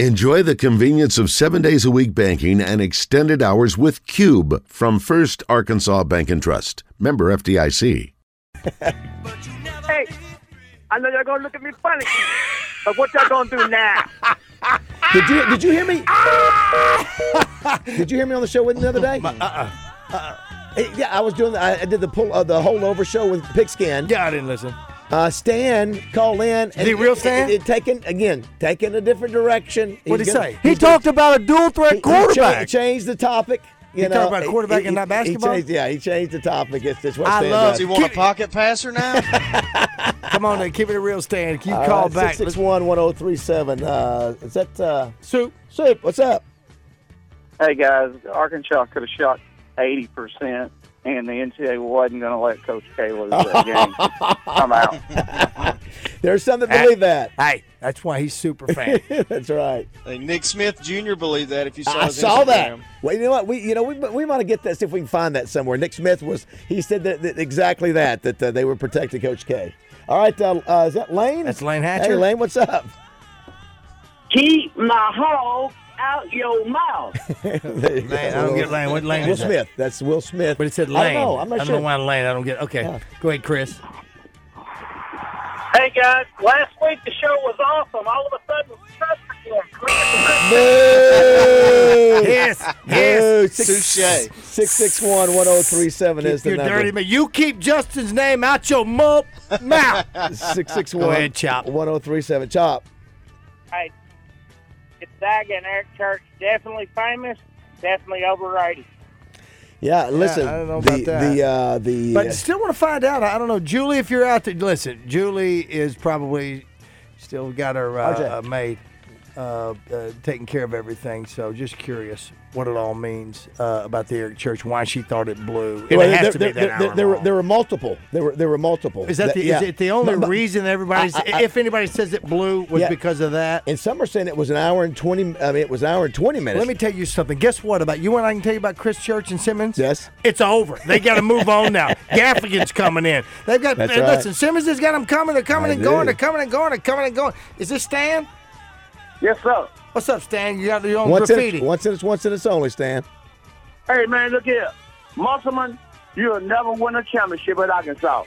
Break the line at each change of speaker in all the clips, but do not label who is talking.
Enjoy the convenience of seven days a week banking and extended hours with Cube from First Arkansas Bank and Trust. Member FDIC.
Hey, I know y'all gonna look at me funny, but what y'all gonna do now?
Did you did you hear me?
Ah!
did you hear me on the show with him the other day? uh-uh.
Uh-uh.
yeah, I was doing. The, I I did the pull uh, the holdover show with Pigskin.
Yeah, I didn't listen.
Uh, Stan called in. And
The real Stan?
It, it, taken again, taken a different direction.
What'd he
He's gonna-
say? He talked about a dual threat
cha-
quarterback.
changed the topic. You
He
know,
talked about quarterback and not basketball?
He changed, yeah, he changed the topic. It's just what
I
Stan
love
does.
Does he want a
Give it-
pocket passer now?
Come on, then, keep it a real stand. Keep
All
call
right,
back. Let's-
661 1037. Uh, is that uh,
Soup.
Soup? What's up?
Hey guys, Arkansas could have shot eighty percent, and the NCAA wasn't gonna let Coach K lose that game. I'm out.
There's some that believe that.
Hey, that's why he's super fan.
That's right.
I think Nick Smith Jr. believed that if you saw
I
his
saw that.
Instagram.
Well, you know what? We you know we we might get that see if we can find that somewhere. Nick Smith was he said that, that exactly that that uh, they were protecting Coach K. All right, uh, uh, is that Lane?
That's Lane Hatcher.
Hey, Lane, what's up?
Keep my hog out your mouth.
There you
Man,
go.
I don't get Lane. What Lane
Will
is that?
Smith. That's Will Smith.
But it said
I
Lane.
don't know. I'm not
I don't
sure.
know why Lane. I don't get. Okay,
Yeah.
go ahead, Chris.
hey guys, last week the show was awesome. All of a sudden, trust again.
Boo!
Yes, yes.
Boo!
Touche.
Six six one one zero three seven is the
You're
number.
dirty man. You keep Justin's name out your mouth. mouth.
Six six
Go
one
ahead, Chop.
one zero three seven. Chop.
Hey, it's Zag and Eric Church. Definitely famous. Definitely overrated.
Yeah, listen.
I don't know
the
about that.
the uh, the
But still want to find out. I don't know, Julie. If you're out there, listen. Julie is probably still got her
RJ.
uh, uh, maid uh, uh, taking care of everything. So just curious what it all means uh, about the Eric Church. Why she thought it blew. It
Well,
has
there,
to
there,
be that
there,
hour
there, there were,
long.
there were multiple. There were there were multiple.
Is that the
yeah.
is it the only
But- but-
reason everybody's
I- I-
if anybody says it blew was
Yeah.
because of that?
And some are saying it was an hour and twenty. I mean, it was an hour and twenty minutes.
Let me tell you something. Guess what about you and I can tell you about Chris Church and Simmons?
Yes.
It's over. They got to move on now. Gaffigan's coming in. They've got
That's
and
right.
listen, Simmons has got them coming, they're coming
I
and going,
do.
they're coming and going, they're coming and going. Is this Stan?
Yes, sir.
What's up, Stan? You got your own
once in,
graffiti.
it, once in it's once in it's only, Stan.
Hey man, look here, Musselman, you'll never win a championship at Arkansas.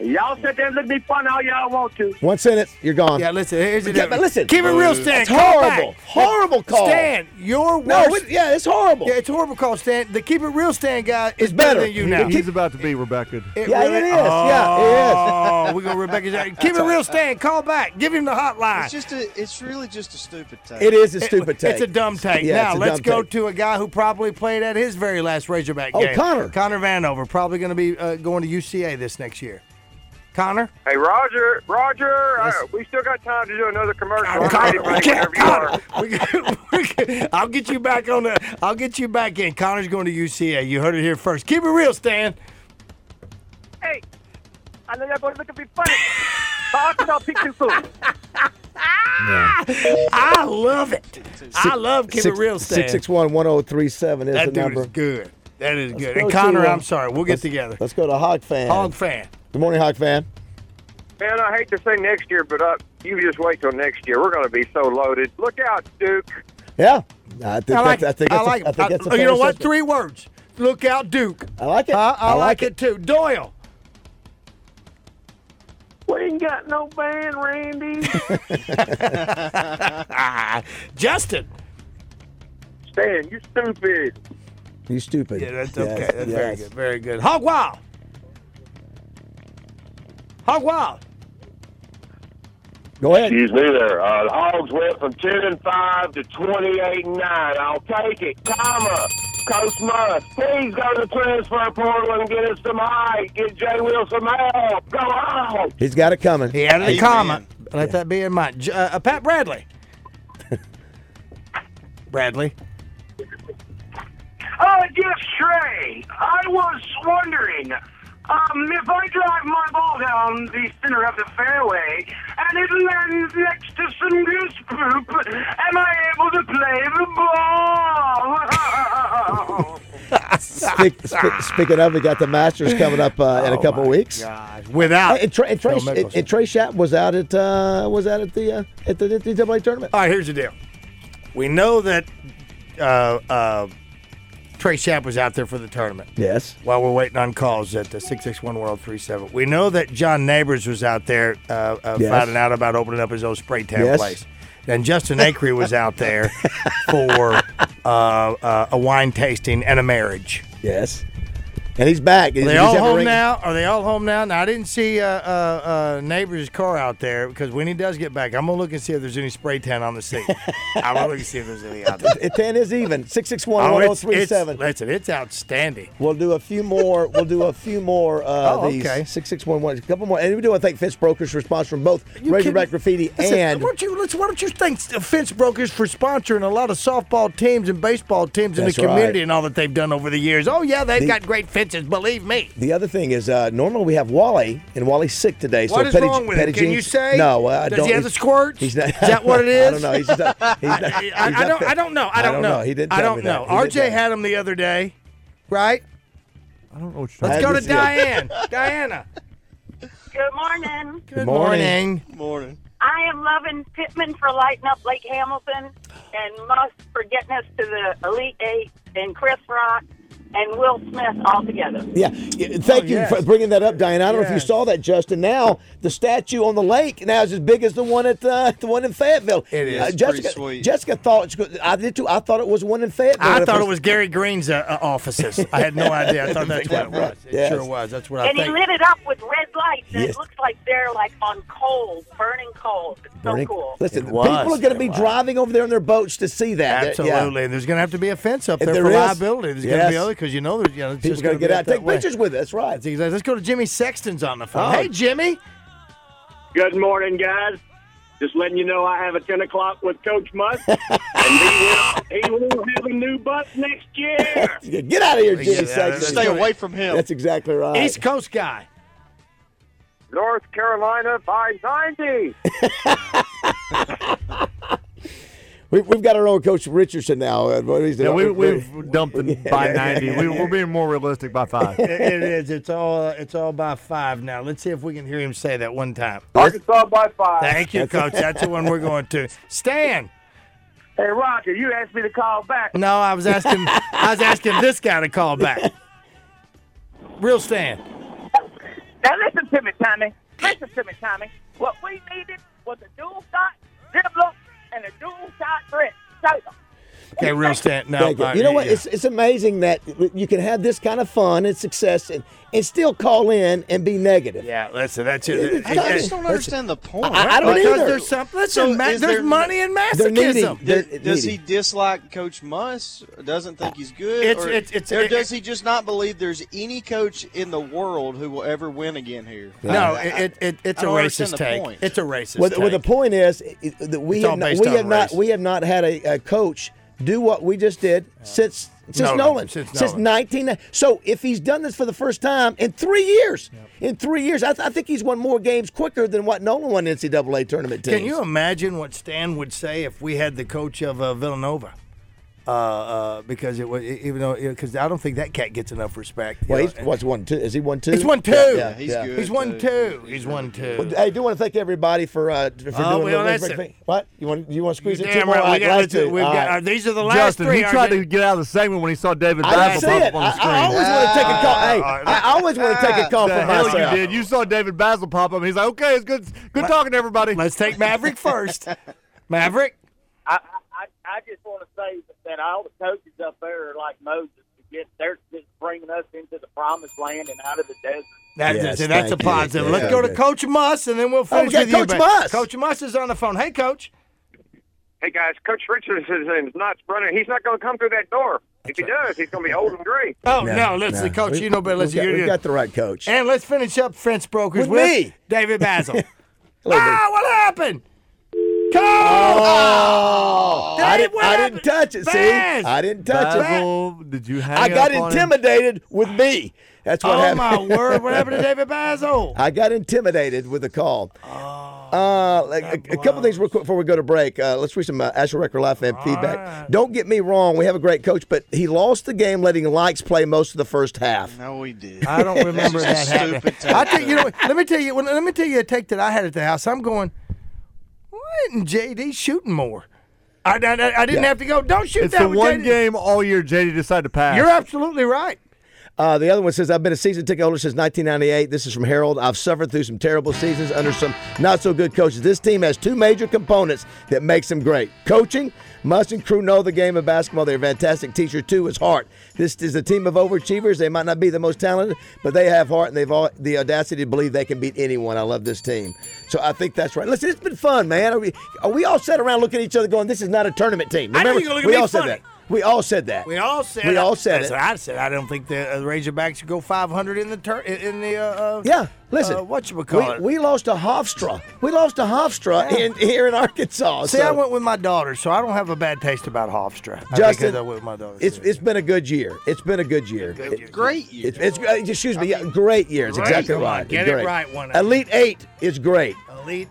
Y'all sit there and look at me funny all y'all want to.
Once in it, you're gone.
yeah, listen, here's the
Yeah, but
deal.
listen,
Keep it real, Stan.
it's
Call
horrible.
back.
Horrible call.
Stan, your
no,
worst.
it, yeah, it's horrible.
yeah, it's a horrible call, Stan. The keep it real, Stan guy is
It's
better
better.
than you now.
He's about to be Rebecca.
Yeah, it is. Yeah, it is.
Oh, we go Rebecca's out. Keep it real, Stan. Call back. Give him the hotline.
It's just a, it's really just a stupid take.
It is a
Ah. It-
stupid take.
It's a dumb take.
Yeah,
now
it's a
let's
dumb
go
take.
to a guy who probably played at his very last Razorback
Oh,
game.
Connor.
Connor Vanover probably going to be uh, going to UCA this next year. Connor.
Hey Roger, Roger,
Yes.
uh, we still got time to do another commercial. I'm ready
Connor,
for you whenever you are.
okay, Connor. We good- we good. I'll get you back on the. I'll get you back in. Connor's going to UCA. You heard it here first. Keep it real, Stan.
Hey, I know y'all gonna look at me funny, but Arkansas picked you food.
I love it. I love keep it real, Stan.
Six six one one zero three seven is
that
the
dude
number.
is good. That is good.
go
And Connor,
to, uh,
I'm sorry. We'll get
let's-
together.
Let's go to Hog Fan.
Hog fan.
Good morning, Hog Fan.
Man, I hate to say next year, but uh, you just wait till next year. We're going to be so loaded. Look out, Duke.
Yeah, I think
I like.
that's, I think
I
that's a-
like. Oh,
I think that's a
you
fair
know what?
assessment.
Three words. Look out, Duke.
I like it.
Huh? Uh, I,
I like
like it too. Doyle.
We ain't got no band, Randy.
Ah, Justin.
Stan, you stupid.
You stupid.
Yeah, that's
Yes,
okay. that's very
yes.
good. Very good. Hog Wild. Hog Wild.
Go ahead.
Excuse me there. Uh, the Hogs went from 2 and 5 to 28 and 9. I'll take it. Comma. Coach Musk, please go to the transfer portal and get us some height. Get Jay Will some help. Go on.
He's got it coming.
He added a
Amen.
comma. Let that be in mind. J- Uh, Pat Bradley. Bradley.
Uh, yes, Trey. I was wondering um, if I drive my ball down the center of the fairway and it lands next to some goose poop, am I able to play the ball?
Speak, spe- speaking of, we got the Masters coming up uh, in a couple
Oh my
weeks.
God. Without.
Hey, And Trey, and Trey,
Phil Mickelson.
and Trey Schaap was out at uh, was out at the uh, at the NCAA tournament.
Oh. All right, here's the deal. We know that uh, uh, Trey Shapp was out there for the tournament
Yes.
while we're waiting on calls at the 661-1037. We know that John Neighbors was out there uh, uh,
Yes.
finding out about opening up his old spray tan
Yes.
place. And Justin Acree was out there for uh, uh, a wine tasting and a marriage.
Yes. And he's back.
Are
He's-
they
he's
all
having a
home
ring-
now? Are they all home now? Now I didn't see uh, uh, uh, neighbor's car out there because when he does get back, I'm gonna look and see if there's any spray tan on the seat. I'm gonna look and see if there's any out there.
It- 10 is even. 661
Oh, it's, it's,
1037.
listen, it's outstanding.
We'll do a few more. We'll do a few more. Uh,
Oh,
these.
okay.
Six six one one. A couple more, and we do. I think Fitz Brokers for sponsor from both
You
Razorback
kidding?
Graffiti
Listen,
and
why don't you let's, why don't you thank the fence brokers for sponsoring a lot of softball teams and baseball teams in the
That's right.
community and all that they've done over the years. Oh yeah, they've
The-
got great fences. Believe me.
the other thing is uh, normally we have Wally, and Wally's sick today. so
What is
Petty,
wrong with
Petty
him? Can you
Jean's-
say?
No, uh, I
Does
don't.
he have the
he's-
squirts?
He's not,
Is that what it
I
is?
don't know. He's just not, he's not,
I,
he's
I, I
not
don't.
fit.
I don't know. I don't,
know. He didn't.
I
tell
don't
me
know.
that. He
RJ
didn't tell
had him the other day, right?
I don't know what you're
That
Let's go to
is good.
Diane. Diana.
Good morning.
Good
morning.
Morning.
I am loving Pittman for lighting up Lake Hamilton and Musk for getting us to the Elite Eight and Chris Rock and Will Smith all together.
me. Yeah. Yeah, Thank you
yes.
for bringing that up, Diane. I don't know if you
Yes.
saw that, Justin. Now the statue on the lake now is as big as the one at uh, the one in Fayetteville.
It is.
Uh,
It's
pretty
Jessica,
sweet.
Jessica thought I did too. I thought it was one in Fayetteville.
I
at
thought it
first.
was Gary Green's uh, uh, offices. I had no idea. I thought that's what it was. It
Yes.
sure was. That's what I
and he
think.
lit it up with red lights, and
Yes.
it looks like they're like on coals, burning coals. It's
Burning-
so cool.
Listen,
It was.
people are going to
It
be
was.
driving over there in their boats to see that. That- yeah.
Absolutely. And there's going to have to be a fence up
If
there,
there
for
is,
liability. There's going to be
yes.
other because you know there's you know, it's
People
just
are going to get
be
out,
that
take
way.
pictures with it. That's right.
Exactly. Let's go to Jimmy Sexton's on the phone.
Oh.
Hey, Jimmy.
Good morning, guys. Just letting you know I have a 10 o'clock with Coach Musk, and he will, he will have a new bus next year.
Get out of here, Jimmy
Yeah,
Sexton.
that's-
Stay away from him.
That's exactly right.
East Coast guy.
North Carolina by 90.
we, we've got our own coach Richardson now. Uh, what is it?
Yeah, we, we've dumped them by 90. We, we're being more realistic by five.
It- it is. It's all. uh, It's all by five now. Let's see if we can hear him say that one time.
Arkansas by 5.
Thank you, Coach. That's the one we're going to. Stan.
Hey, Roger, you asked me to call back.
No, I was asking. I was asking this guy to call back. Real Stan.
Now listen to me, Tommy. Listen to me, Tommy. What we needed was a dual shot dribbler and a dual shot threat. Shooter.
Okay, real Stan. No,
Thank you.
uh,
You know what?
yeah.
It's, it's amazing that you can have this kind of fun and success and, and still call in and be negative.
yeah, listen. That's it.
It's
I,
not-
I
Hey,
just don't
Listen,
understand the point.
I- I don't
because
either.
there's something.
So
Listen, ma-
is
there's
there-
money in
They're needy.
masochism.
They're-
Th- Does
needy.
he dislike Coach Muss? Or doesn't think he's good?
It's-
or,
it's- it's-
or
it-
does he just not believe there's any coach in the world who will ever win again here?
No,
I- I-
it, it, it, it's
I
a
don't understand
racist
the
take.
point.
It's a racist
Well,
take.
the- well, the point is i- i- that we
It's all
have, not,
based
we
on
have not
race.
we have not had a, a coach do what we just did since since
Nolan.
Nolan,
Since Nolan.
19. So if he's done this for the first time in three years, in three years, I, th- I think he's won more games quicker than what Nolan won NCAA tournament teams.
Can you imagine what Stan would say if we had the coach of uh, Villanova? Uh, uh, because it was even though because I don't think that cat gets enough respect. you
Well,
know,
he's
and-
what's one two? Is he one two?
He's won two.
Yeah,
he's
yeah.
good.
He's won two. He's won two.
Hey, I do want to thank everybody for uh, for
Oh,
doing
well,
the
that's it.
thing. What you want? You want to squeeze it?
Damn right, we got, to, we've got uh, these are the last
Justin,
three.
he tried
aren't
to get out of the segment when he saw David
I didn't
Basil
see
pop
it.
up on
I,
the
I
screen.
always want to take a call. Hey, I I always want to take a call
the
for
hell
myself.
you did. You saw David Basil pop up, and he's like, "Okay, it's good, good talking to everybody."
they? Let's take Maverick first. Maverick.
I, I, I just want to say that all the coaches up there are like Moses. To get, they're just bringing us into the promised land and out of the desert.
That's,
Yes,
it. that's a
thank you.
positive.
Yeah,
Let's go to
good.
Coach Muss, and then we'll finish
got
with you,
Coach
Ben.
Muss.
Coach Muss is on the phone. Hey, Coach.
Hey, guys, Coach Richardson's nuts running. He's not going to come through that door. If he does, he's going to be old and gray.
Oh no, listen, Coach, you know better.
We've
Listen,
got,
you're,
we've got the right coach.
And let's finish up Fence Brokers
With
with,
me.
David Basil.
Hello,
ah, what happened? Coach!
Oh, I,
Dave,
didn't,
what
I
happened?
didn't touch it. See,
Baz!
I didn't touch it.
Basil, did you hang
I got
up on him?
intimidated with me. That's what
oh
happened.
my word! What happened to David Basil?
I got intimidated with the call.
Oh,
uh, like, a, a couple things real quick before we go to break. Uh, let's read some uh, Astro Record Live fan feedback.
right.
Don't get me wrong, we have a great coach, but he lost the game letting likes play most of the first half.
no, he did.
I don't remember that
That's just a
happening.
stupid take.
I tell you know. what, Let me tell you. Let me tell you a take that I had at the house. I'm going. Why isn't JD shooting more? I, I, I didn't
Yeah.
have to go. Don't shoot
It's
that
the
with
one
JD.
game all year JD decided to pass.
You're absolutely right.
Uh, the other one says, I've been a season ticket holder since 1998. This is from Harold. I've suffered through some terrible seasons under some not so good coaches. This team has two major components that makes them great coaching. Must and crew know the game of basketball. They're a fantastic teacher, too, is heart. This is a team of overachievers. They might not be the most talented, but they have heart and they've all the audacity to believe they can beat anyone. I love this team. So I think that's right. Listen, it's been fun, man. Are we, are we all sat around looking at each other going, this is not a tournament team?
I know
Remember,
you're gonna look at
we
me
all
funny.
said that. We all said that.
We all said.
We all said
that's
it.
what I said. I don't think the uh, Razorbacks go 500 in the tur- in the. Uh, uh,
Yeah, listen.
Uh, what you
we,
call it?
we lost a Hofstra. We lost a Hofstra in, here in Arkansas.
See,
so-
I went with my daughter, so I don't have a bad taste about Hofstra. I
Justin,
think I went with my daughter.
it's it's been a good year. It's been a good year. It-
Great year.
It's, it's, uh, excuse me, yeah, great year. It's
Great.
exactly
Come on,
right.
get it
great.
right one day.
Elite eight is great.
Elite